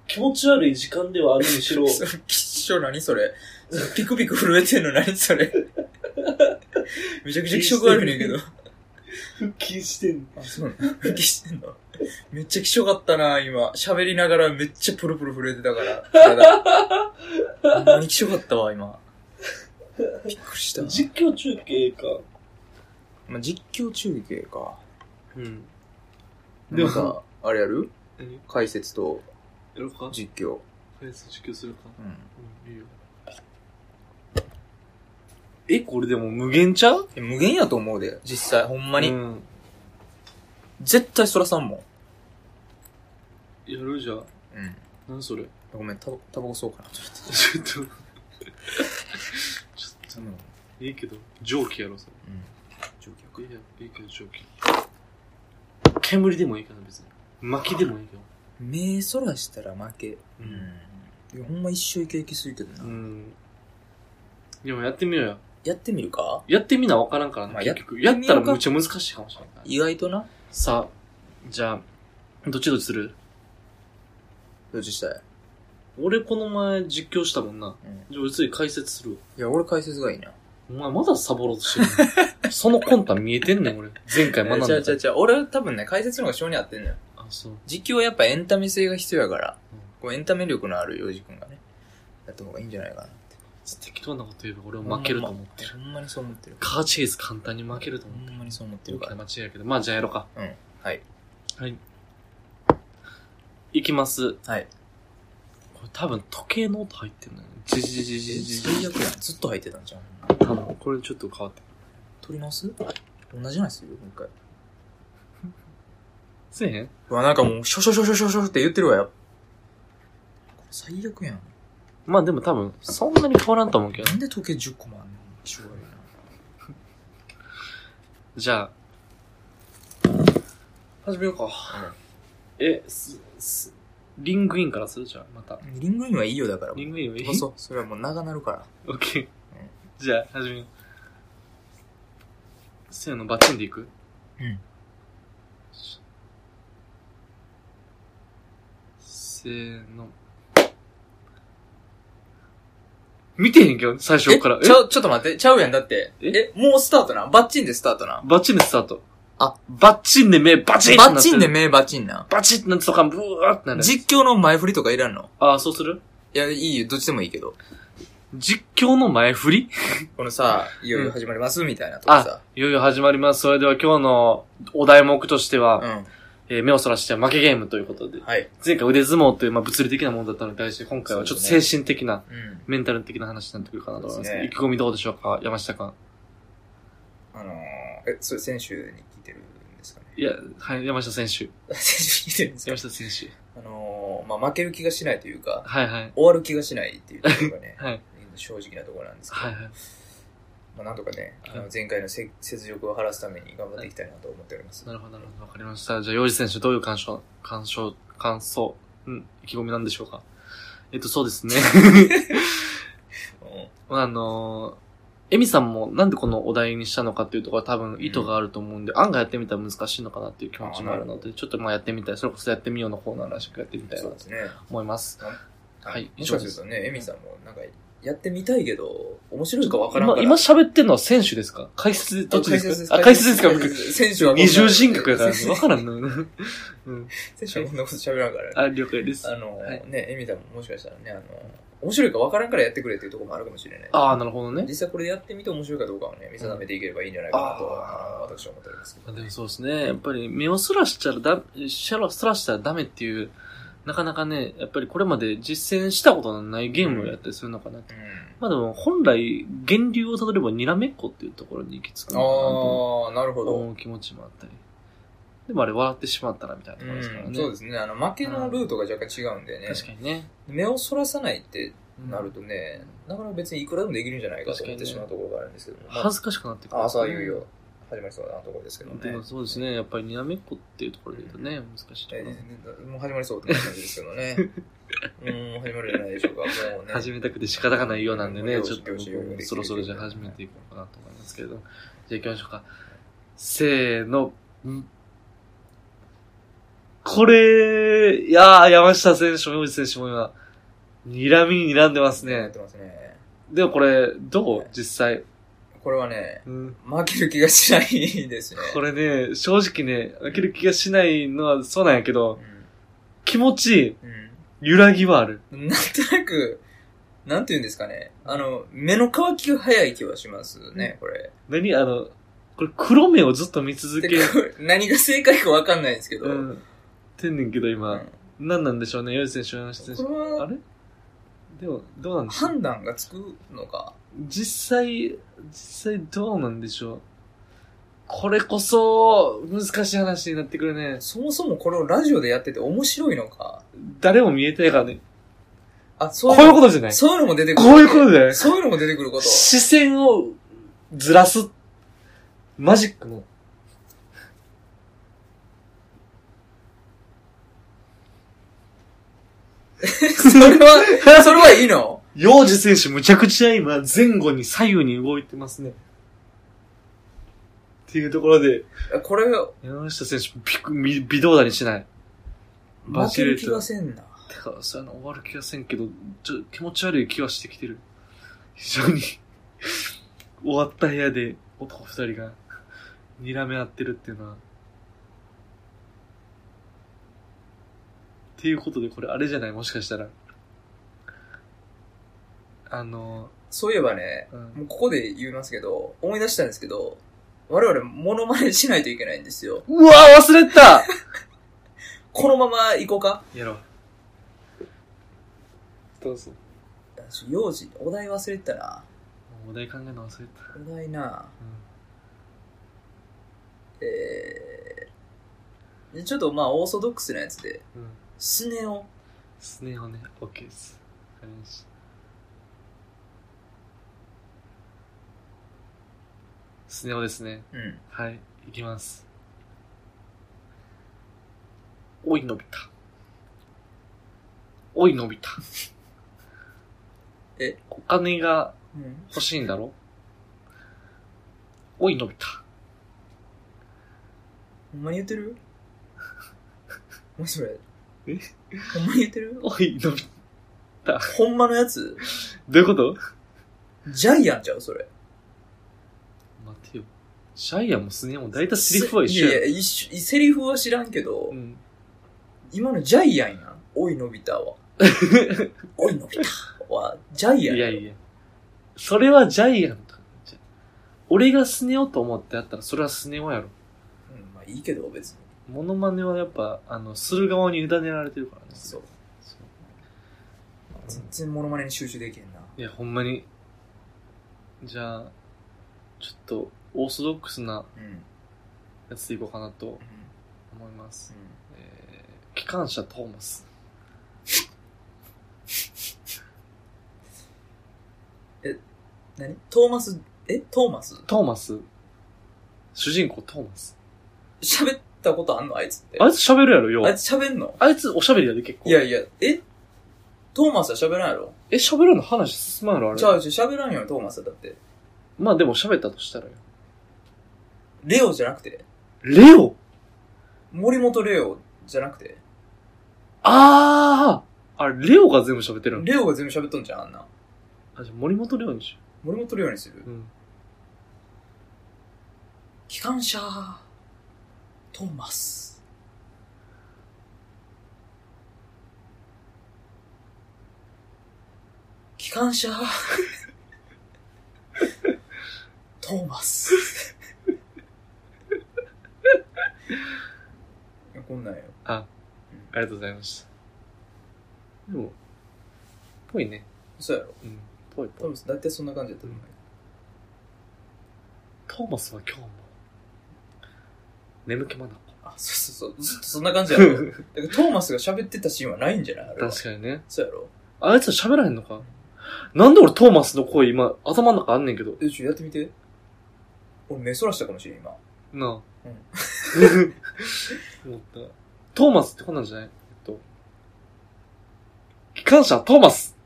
Speaker 3: 気持ち悪い時間ではあるに
Speaker 2: 、
Speaker 3: しろ
Speaker 2: それ、きっしょ、何それ。それピクピク震えてんの何そ れ。めちゃくちゃ気色悪いねんけど。
Speaker 3: 腹筋してんの。
Speaker 2: あ、そうなの 復帰してんのめっちゃ気色かったな、今。喋りながらめっちゃプルプル震えてたから。体ほんまに気色かったわ、今。びっくりした。
Speaker 3: 実況中継か。
Speaker 2: まあ、実況中継か。
Speaker 1: うん。
Speaker 2: でもさ、あれやる
Speaker 1: 何や
Speaker 2: 解説と
Speaker 1: ろうか
Speaker 2: 実況。
Speaker 1: フェイス支給するか。
Speaker 2: うん。
Speaker 1: うん、いいよ。え、これでも無限ちゃう
Speaker 2: え無限やと思うで、実際。ほんまに。
Speaker 1: うん。
Speaker 2: 絶対そらさんもん。
Speaker 1: やるじゃん。
Speaker 2: うん。
Speaker 1: 何それ
Speaker 2: ごめん、タバタバコ吸おうかな。
Speaker 1: ちょっと、
Speaker 2: うん。
Speaker 1: いいけど、蒸気やろ、それ。
Speaker 2: 状況
Speaker 1: いや、いいけど、蒸気。煙でもいいかな、別に。薪でもいいけど。
Speaker 2: 目そらしたら負け。
Speaker 1: う
Speaker 2: う。いや、ほんま一生いけいけするけどな。
Speaker 1: うん。でもやってみようよ。
Speaker 2: やってみるか
Speaker 1: やってみな分からんからね、
Speaker 2: まあ
Speaker 1: 結局。
Speaker 2: や
Speaker 1: や
Speaker 2: っ
Speaker 1: ったら
Speaker 2: やってみようか
Speaker 1: むっちゃ難しいかもしれないから。
Speaker 2: 意外とな。
Speaker 1: さあ、じゃあ、どっちどっちする
Speaker 2: どっちしたい
Speaker 1: 俺この前実況したもんな。
Speaker 2: うん
Speaker 1: じゃあ俺次解説するわ。
Speaker 2: いや、俺解説がいいな。
Speaker 1: お前まだサボろうとしてる のその魂胆見えてんねん、俺。前回学んだ
Speaker 2: ち
Speaker 1: か
Speaker 2: ゃ
Speaker 1: ら。
Speaker 2: うちゃうちゃう。俺は多分ね、解説の方が性に合ってんのよ。
Speaker 1: あ、そう。
Speaker 2: 実況はやっぱエンタメ性が必要やから。
Speaker 1: うん
Speaker 2: こうエンタメ力のある洋二君がね、やった方がいいんじゃないかな。
Speaker 1: 適当なこと言えば俺は負けると思ってる。
Speaker 2: ほんまにそう思ってる。
Speaker 1: カーチェイス簡単に負けると
Speaker 2: ほ
Speaker 1: 思って
Speaker 2: んまにそう思って
Speaker 1: る。
Speaker 2: る
Speaker 1: 大き
Speaker 2: か
Speaker 1: な
Speaker 2: ら。
Speaker 1: 間違いやけど。まあじゃあやろうか。
Speaker 2: うん。はい。
Speaker 1: はい。いきます。
Speaker 2: はい。
Speaker 1: これ多分時計の音入ってんのよね。じじじじじ
Speaker 2: 最
Speaker 1: じ。
Speaker 2: 悪やん。ずっと入ってたんじゃん。
Speaker 1: 多分これちょっと変わってる。
Speaker 2: 取り直す同じなんですよ、今回。
Speaker 1: せえへん
Speaker 2: うわ、なんかもう、ショショショショショショって言ってるわよ。これ最悪やん。
Speaker 1: まあでも多分そんなに変わらんと思うけど
Speaker 2: な
Speaker 1: ね。
Speaker 2: んで時計10個もあんのしょうがないな。
Speaker 1: じゃあ。始めようか。え、す、す、リングインからするじゃん、また。
Speaker 2: リングインはいいよだから。
Speaker 1: リングインはいい
Speaker 2: そうそう。それはもう長なるから。
Speaker 1: オッケー。じゃあ、始めよう。せーの、バッチンでいく
Speaker 2: うん。
Speaker 1: せーの。見てへんけど、最初から。
Speaker 2: えちゃう、ちょっと待って。ちゃうやん。だって。
Speaker 1: え
Speaker 2: え、もうスタートな。バッチンでスタートな。
Speaker 1: バッチンでスタート。
Speaker 2: あ、
Speaker 1: バッチンで目、バチン
Speaker 2: バッチンで
Speaker 1: 目。
Speaker 2: 目バチンな。
Speaker 1: バチンってなってたから、ブワーってなる。
Speaker 2: 実況の前振りとかいらんの
Speaker 1: ああ、そうする
Speaker 2: いや、いいよ。どっちでもいいけど。
Speaker 1: 実況の前振り
Speaker 2: このさ、いよいよ始まりますみたいなとか
Speaker 1: あ
Speaker 2: さ。、
Speaker 1: いよいよ始まります。それでは今日のお題目としては、
Speaker 2: うん。
Speaker 1: えー目をそらしては負けゲームということで。
Speaker 2: はい。
Speaker 1: 前回腕相撲という、まあ、物理的なものだったのに対して、今回はちょっと精神的な、
Speaker 2: うん。
Speaker 1: メンタル的な話になってくるかなと思いますけど
Speaker 2: そうですね
Speaker 1: 意気込みどうでしょうか山下君。
Speaker 2: あのー、え、それ選手に聞いてるんですかね
Speaker 1: いや、はい、山下選手。
Speaker 2: 選手聞いてるんですか
Speaker 1: 山下選手。
Speaker 2: あのー、まあ、負ける気がしないというか、
Speaker 1: はいはい。、
Speaker 2: 終わる気がしないっていうところが ね
Speaker 1: はい。
Speaker 2: 正直なところなんですけど、
Speaker 1: はいはい。
Speaker 2: まあ、なんとかね、あ
Speaker 1: は
Speaker 2: の
Speaker 1: い
Speaker 2: 前回のせ雪辱を晴らすために頑張っていきたいなと思っております。
Speaker 1: なるほど、なるほど。わかりました。じゃあ、洋二選手、どういう感想、感想、感想、うん、意気込みなんでしょうかえっと、そうですね。
Speaker 2: うん
Speaker 1: まああのー、エミさんもなんでこのお題にしたのかっていうところは多分意図があると思うんで、案外やってみたら難しいのかなっていう気持ちもあるので、ちょっとまあやってみたい、それこそやってみようのコーナーらしくやってみたいな
Speaker 2: そう
Speaker 1: と
Speaker 2: ですね。
Speaker 1: 思います。はい
Speaker 2: もしかするとね、エミさんもなんか、やってみたいけど、面白いかわからんか
Speaker 1: 今、
Speaker 2: ら。
Speaker 1: 今喋ってんのは選手ですか解説、どっちですかあ、解
Speaker 2: 解
Speaker 1: 説です
Speaker 2: 説
Speaker 1: か僕
Speaker 2: 解説。選手はこんな
Speaker 1: 二重人格やからね。
Speaker 2: 選
Speaker 1: わからんのよね。うん。
Speaker 2: 手 選手はこんなこと喋らんからね。
Speaker 1: あ、了解です。
Speaker 2: あの、
Speaker 1: はい
Speaker 2: ね、エミさんももしかしたらね、あの、面白いかわからんからやってくれっていうところもあるかもしれない。
Speaker 1: ああ、なるほどね。
Speaker 2: 実際これやってみて面白いかどうかはね、見定めていければいいんじゃないかなと、
Speaker 1: あー
Speaker 2: あの私は思っておりますけ
Speaker 1: まあ
Speaker 2: どね、
Speaker 1: でもそうですね。やっぱり目をそらしたらだ、しゃら、そらしたらダメっていう、なかなかね、やっぱりこれまで実践したことのないゲームをやったりするのかな。まあでも本来、源流をたどればにらめっこっていうところに行き着くのかなと
Speaker 2: うん。ああ、なるほど。
Speaker 1: 思う気持ちもあったり。でもあれ笑ってしまったなみたいなところですからね。
Speaker 2: そうですね。あの、負けのルートが若干違うんでね。
Speaker 1: 確かにね。
Speaker 2: 目をそらさないって
Speaker 1: うん
Speaker 2: なるとね、なかなか別にいくらでもできるんじゃないかと思って
Speaker 1: 確
Speaker 2: し
Speaker 1: かにね
Speaker 2: まうところがあるんですけども。ま
Speaker 1: 恥ずかしくなってく
Speaker 2: あ、朝い
Speaker 1: よ
Speaker 2: うよ、始まりそうなところですけど
Speaker 1: で
Speaker 2: ね
Speaker 1: も。そうですね、やっぱりにらめっこっていうところで言うとね、難しいとこ
Speaker 2: え
Speaker 1: ろ。
Speaker 2: ーもう始まりそうって感じですけ どね。うん、始まるんじゃないでしょうか。もうね。
Speaker 1: 始めたくて仕方がないようなんで
Speaker 2: う
Speaker 1: ね、
Speaker 2: ん
Speaker 1: ちょっと
Speaker 2: よしよしよし
Speaker 1: そろそろじゃあ始めていこうかなと思いますけれども。じゃあ行きましょうか。せーの。んこれ、いやー、山下選手も山口選手も今、睨みに睨んでます
Speaker 2: やっ
Speaker 1: ね。
Speaker 2: てますね。
Speaker 1: でもこれ、どう実際。
Speaker 2: これはね、
Speaker 1: うん。
Speaker 2: 負ける気がしないですね。
Speaker 1: これね、正直ね、開ける気がしないのはそうなんやけど、
Speaker 2: う
Speaker 1: 気持ちいい、
Speaker 2: ん。うん
Speaker 1: 揺らぎはある。
Speaker 2: なんとなく、なんて言うんですかね。あの、目の乾きが早い気はしますね、これ。
Speaker 1: 何あの、これ黒目をずっと見続け
Speaker 2: でこれ何が正解かわかんないんですけど。
Speaker 1: う
Speaker 2: うん
Speaker 1: ん。てんねんけど今、
Speaker 2: こ
Speaker 1: 何なんでしょうね、ヨイ選手、山下
Speaker 2: れ
Speaker 1: 選手。あ
Speaker 2: は
Speaker 1: れでも、どうなんでしょう
Speaker 2: 判断がつくのか。
Speaker 1: 実際、実際どうなんでしょうこれこそ、難しい話になってくるね。
Speaker 2: そもそもこれをラジオでやってて面白いのか。
Speaker 1: 誰も見えてないからね。
Speaker 2: あ、そ
Speaker 1: こ
Speaker 2: う
Speaker 1: う
Speaker 2: い
Speaker 1: いううことじゃない
Speaker 2: そういうのも出てくる。
Speaker 1: こういうことじゃない
Speaker 2: そういうのも出てくる こと。
Speaker 1: 視線をずらす。マジック の。
Speaker 2: それは、それはいいの
Speaker 1: ヨウジ選手むちゃくちゃ今前後に左右に動いてますね。っていうところで、
Speaker 2: これ、
Speaker 1: 山下選手びくみ微動だにしない。バ
Speaker 2: 負
Speaker 1: チ
Speaker 2: け
Speaker 1: レ
Speaker 2: る
Speaker 1: ー
Speaker 2: 気
Speaker 1: ト
Speaker 2: がせん
Speaker 1: て
Speaker 2: な。
Speaker 1: か、そういうの終わる気がせんけど、ちょ気持ち悪い気はしてきてる。非常に、終わった部屋で男二人が、睨め合ってるっていうのは、ていうことで、これあれじゃないもしかしたら。あの、
Speaker 2: そういえばね、
Speaker 1: うん、
Speaker 2: もうここで言いますけど、思い出したんですけど、我々モノマネしないといけないんですよ。
Speaker 1: うわ忘れた
Speaker 2: このまま行こうか
Speaker 1: やろう。どうぞ。
Speaker 2: 幼児、お題忘れてたな。
Speaker 1: もうお題考えるの忘れた。
Speaker 2: お題な
Speaker 1: う
Speaker 2: えーで、ちょっとまあオーソドックスなやつで、
Speaker 1: ん。うん。
Speaker 2: スネ夫。
Speaker 1: スネ夫ね、OK です。わかりました。スネ夫ですね。
Speaker 2: うん。
Speaker 1: はい、いきます。おい、伸びた。おい、伸び た。
Speaker 2: え
Speaker 1: お金が
Speaker 2: うん。
Speaker 1: 欲しいんだろおい、伸びた。
Speaker 2: ほんまに言ってる何それ
Speaker 1: え
Speaker 2: ほんまに言ってる
Speaker 1: おい、伸びた。
Speaker 2: ほんまのやつ
Speaker 1: どういうこと
Speaker 2: ジャイアンちゃうそれ。
Speaker 1: 待てよ。シャイアンもスネ夫も大体セリフは一緒
Speaker 2: いや
Speaker 1: やろ。
Speaker 2: いや、一緒、セリフは知らんけど、
Speaker 1: うん。
Speaker 2: 今のジャイアンやん。おい、のび太 は。おい、のび太は、ジャ
Speaker 1: い
Speaker 2: イア
Speaker 1: や
Speaker 2: ン
Speaker 1: いや
Speaker 2: ん。
Speaker 1: いや。それはジャイアンと。俺がスネ夫と思ってあったら、それはスネ夫やろ。
Speaker 2: うん、まあいいけど、別に。
Speaker 1: モノマネはやっぱ、あの、する側に委ねられてるからね。
Speaker 2: そう。
Speaker 1: そう
Speaker 2: 全然モノマネに集中できへんな。
Speaker 1: いや、ほんまに。じゃあ、ちょっと、オーソドックスな
Speaker 2: うん。うん。
Speaker 1: やつでいこうかなと思います。えー、機関車トーマス。
Speaker 2: 何トーマス、えトーマス
Speaker 1: トーマス。主人公トーマス。
Speaker 2: 喋ったことあんのあいつって。
Speaker 1: あいつ喋るやろ、よう。
Speaker 2: あいつ喋んの
Speaker 1: あいつおしゃべりやで、結構。
Speaker 2: いやいや、えトーマスは喋らんやろ
Speaker 1: え、喋るの話進まんやろ、あ
Speaker 2: ちゃ
Speaker 1: れ。
Speaker 2: うちゃう喋らんよ、トーマスはだって。
Speaker 1: まあでも喋ったとしたらよ。
Speaker 2: レオじゃなくて。
Speaker 1: レオ
Speaker 2: 森本レオじゃなくて。
Speaker 1: あーあれ、レオが全部喋ってるの
Speaker 2: レオが全部喋っとんじゃん、あんな。
Speaker 1: あ、じゃあ森本レオにしよ
Speaker 2: 森本レオにする
Speaker 1: う。うん。
Speaker 2: 機関車トーマス機関車トーマスいやこんなんよ
Speaker 1: ありがとうございました。でも、ぽいね。
Speaker 2: そうやろ
Speaker 1: うん、ぽいぽい
Speaker 2: トー。マス大体そんな感じだったと思う
Speaker 1: トーマスは今日も、眠気まなこ。
Speaker 2: あそうそうそうずっとそんな感 じやろだからトーマスが喋ってたシーンはないんじゃ ないあれは
Speaker 1: 確かにね。
Speaker 2: そうやろ
Speaker 1: あいつは喋らへんのかなんで俺トーマスの声今、頭の中あんねんけど。
Speaker 2: えちょやってみて俺目そらしたかもしれん今
Speaker 1: なあ。。
Speaker 2: うん
Speaker 1: 思った。トーマスってこんなんじゃないえっと。機関車トーマス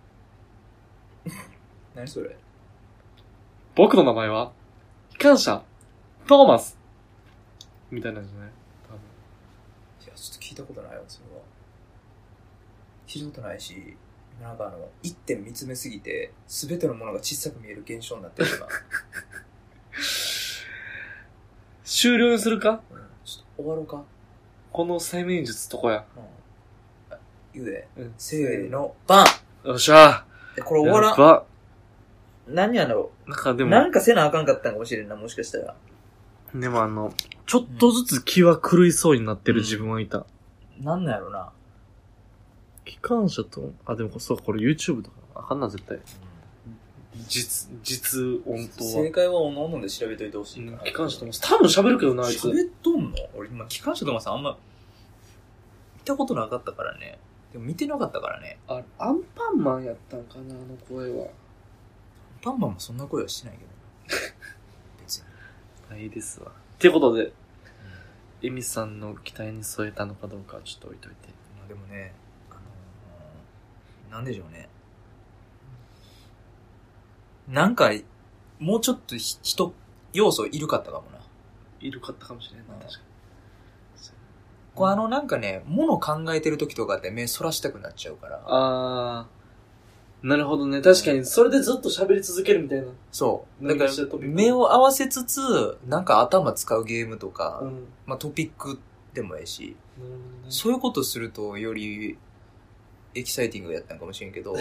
Speaker 2: 何それ
Speaker 1: 僕の名前は機関車トーマスみたいなんじゃない多分。
Speaker 2: いや、ちょっと聞いたことないわ、それは。聞いたことないし、なんかあの、一点見つめすぎて、すべてのものが小さく見える現象になってる 今。
Speaker 1: 終了にするか
Speaker 2: うんちょっと終わろうか。
Speaker 1: この催眠術とこや。
Speaker 2: うん。あ言うで。
Speaker 1: うん
Speaker 2: せーの、バン
Speaker 1: よっしゃ
Speaker 2: えこれ
Speaker 1: ー
Speaker 2: 終わら
Speaker 1: や
Speaker 2: ん。
Speaker 1: ば
Speaker 2: 何やんだろ
Speaker 1: なんかで
Speaker 2: う。
Speaker 1: も。
Speaker 2: なんかせなあかんかったんかもしれんな、もしかしたら。
Speaker 1: でもあの、ちょっとずつ気は狂いそうになってる自分はいた。
Speaker 2: なんなんやろな。
Speaker 1: 機関車と、あ、でもそうか、これ YouTube とか、あかんな、絶対。実、実音と
Speaker 2: 正解はおのおので調べといてほしい
Speaker 1: は
Speaker 2: な。。
Speaker 1: 機関車とも、多分喋るけどな、あいつ。
Speaker 2: 喋っとんの俺今、機関車とかさ、あんま、見たことなかったからね。でも見てなかったからね。
Speaker 1: あ、アンパンマンやったんかな、あの声は。
Speaker 2: パンパンもそんな声はしてないけど。 別に。
Speaker 1: ないですわ。ってことで、エミさんの期待に添えたのかどうかはちょっと置いといて。
Speaker 2: まあでもね、あのーなんでしょうね。なんか、もうちょっとひ人、要素いるかったかもな。
Speaker 1: いるかったかもしれんない、
Speaker 2: うん
Speaker 1: 確かに。
Speaker 2: こうあのなんかね、物考えてる時とかって目そらしたくなっちゃうから。
Speaker 1: あー、なるほどね。確かに、それでずっと喋り続けるみたいな。
Speaker 2: そう。だ
Speaker 1: 何
Speaker 2: か
Speaker 1: からしらトピック
Speaker 2: 目を合わせつつ、なんか頭使うゲームとか、
Speaker 1: ん。
Speaker 2: まあトピックでもええし、
Speaker 1: なるほどね
Speaker 2: そういうことすると、より、エキサイティングやったんかもしれんけど、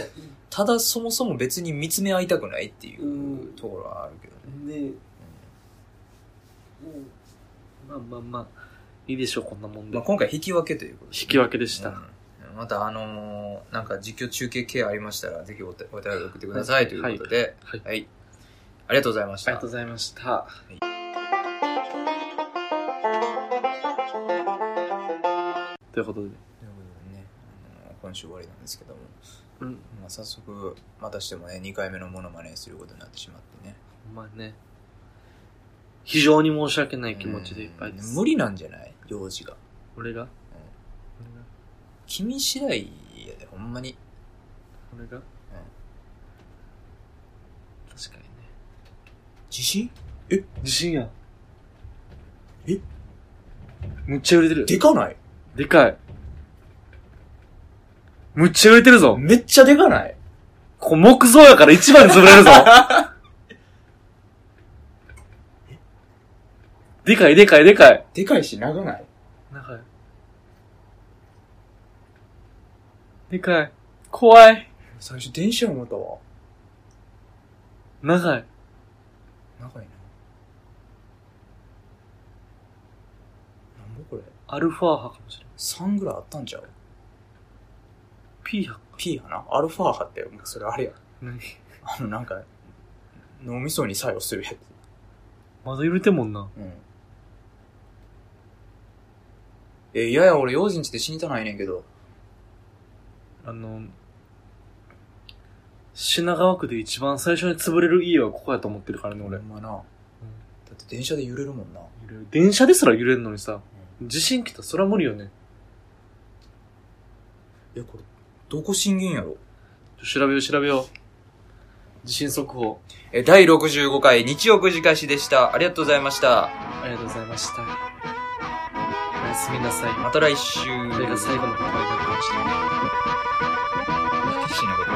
Speaker 2: ただそもそも別に見つめ合いたくないっていううんところはあるけどね。
Speaker 3: ねえも
Speaker 1: まあまあまあ、いいでしょう、こんなもんで。
Speaker 2: まあ、今回引き分けということで
Speaker 1: 引き分けでした。
Speaker 2: うんまたあのーなんか実況中継系ありましたら、ぜひお手お手紙送ってくださいということで、
Speaker 1: はいはい
Speaker 2: ありがとうございまし
Speaker 1: あ
Speaker 2: た。
Speaker 1: りがとうございました。ということで、
Speaker 2: ということでね、あのー今週終わりなんですけども、
Speaker 1: うん、
Speaker 2: まあ、早速、またしてもね、2回目のモノマネすることになってしまってね。
Speaker 1: まあね、非常に申し訳ない気持ちでいっぱいで
Speaker 2: うん
Speaker 1: す。
Speaker 2: 無理なんじゃない用事が。
Speaker 1: 俺が
Speaker 2: 君次第やで、ほんまに。
Speaker 1: 俺が俺が確かにね。
Speaker 2: 自信
Speaker 1: 自信や。
Speaker 2: え
Speaker 1: むっちゃ売れてる。
Speaker 2: でかない
Speaker 1: でかい。むっちゃ売れてるぞ。
Speaker 2: めっちゃでかない
Speaker 1: こ木造やから一番に潰れる ぞ。でかいでかいでかい。
Speaker 2: でかいし、長ない
Speaker 1: でかい。でかい。怖い。
Speaker 2: 最初電車思ったわ。
Speaker 1: 長い。
Speaker 2: 長いな。なんぼこれ
Speaker 1: アルファ波かもしれない。
Speaker 2: ?3 ぐらいあったんちゃう
Speaker 1: P 波。
Speaker 2: ?P やな。アルファ波って、もうそれあれや。
Speaker 1: 何
Speaker 2: あの、なんか、脳みそに作用するやつ。
Speaker 1: まだ揺れてんもんな。
Speaker 2: うん。え、いやいや、俺、用心して死にたないねんけど。
Speaker 1: あの、品川区で一番最初に潰れる家はここやと思ってるからね、
Speaker 2: ほ
Speaker 1: 俺。
Speaker 2: んまな。だって電車で揺れるもんな。
Speaker 1: 揺れる電車ですら揺れるのにさ、地震来たらそら無理よね。
Speaker 2: え、これ、どこ震源やろ
Speaker 1: ちょ調べよう、調べよう。地震速報。
Speaker 2: え、第65回日曜くじかしでした。ありがとうございました。
Speaker 1: ありがとうございました。おやすみなさい。
Speaker 2: また来週。
Speaker 1: これが最後の言葉になってました。
Speaker 2: 必死なこと。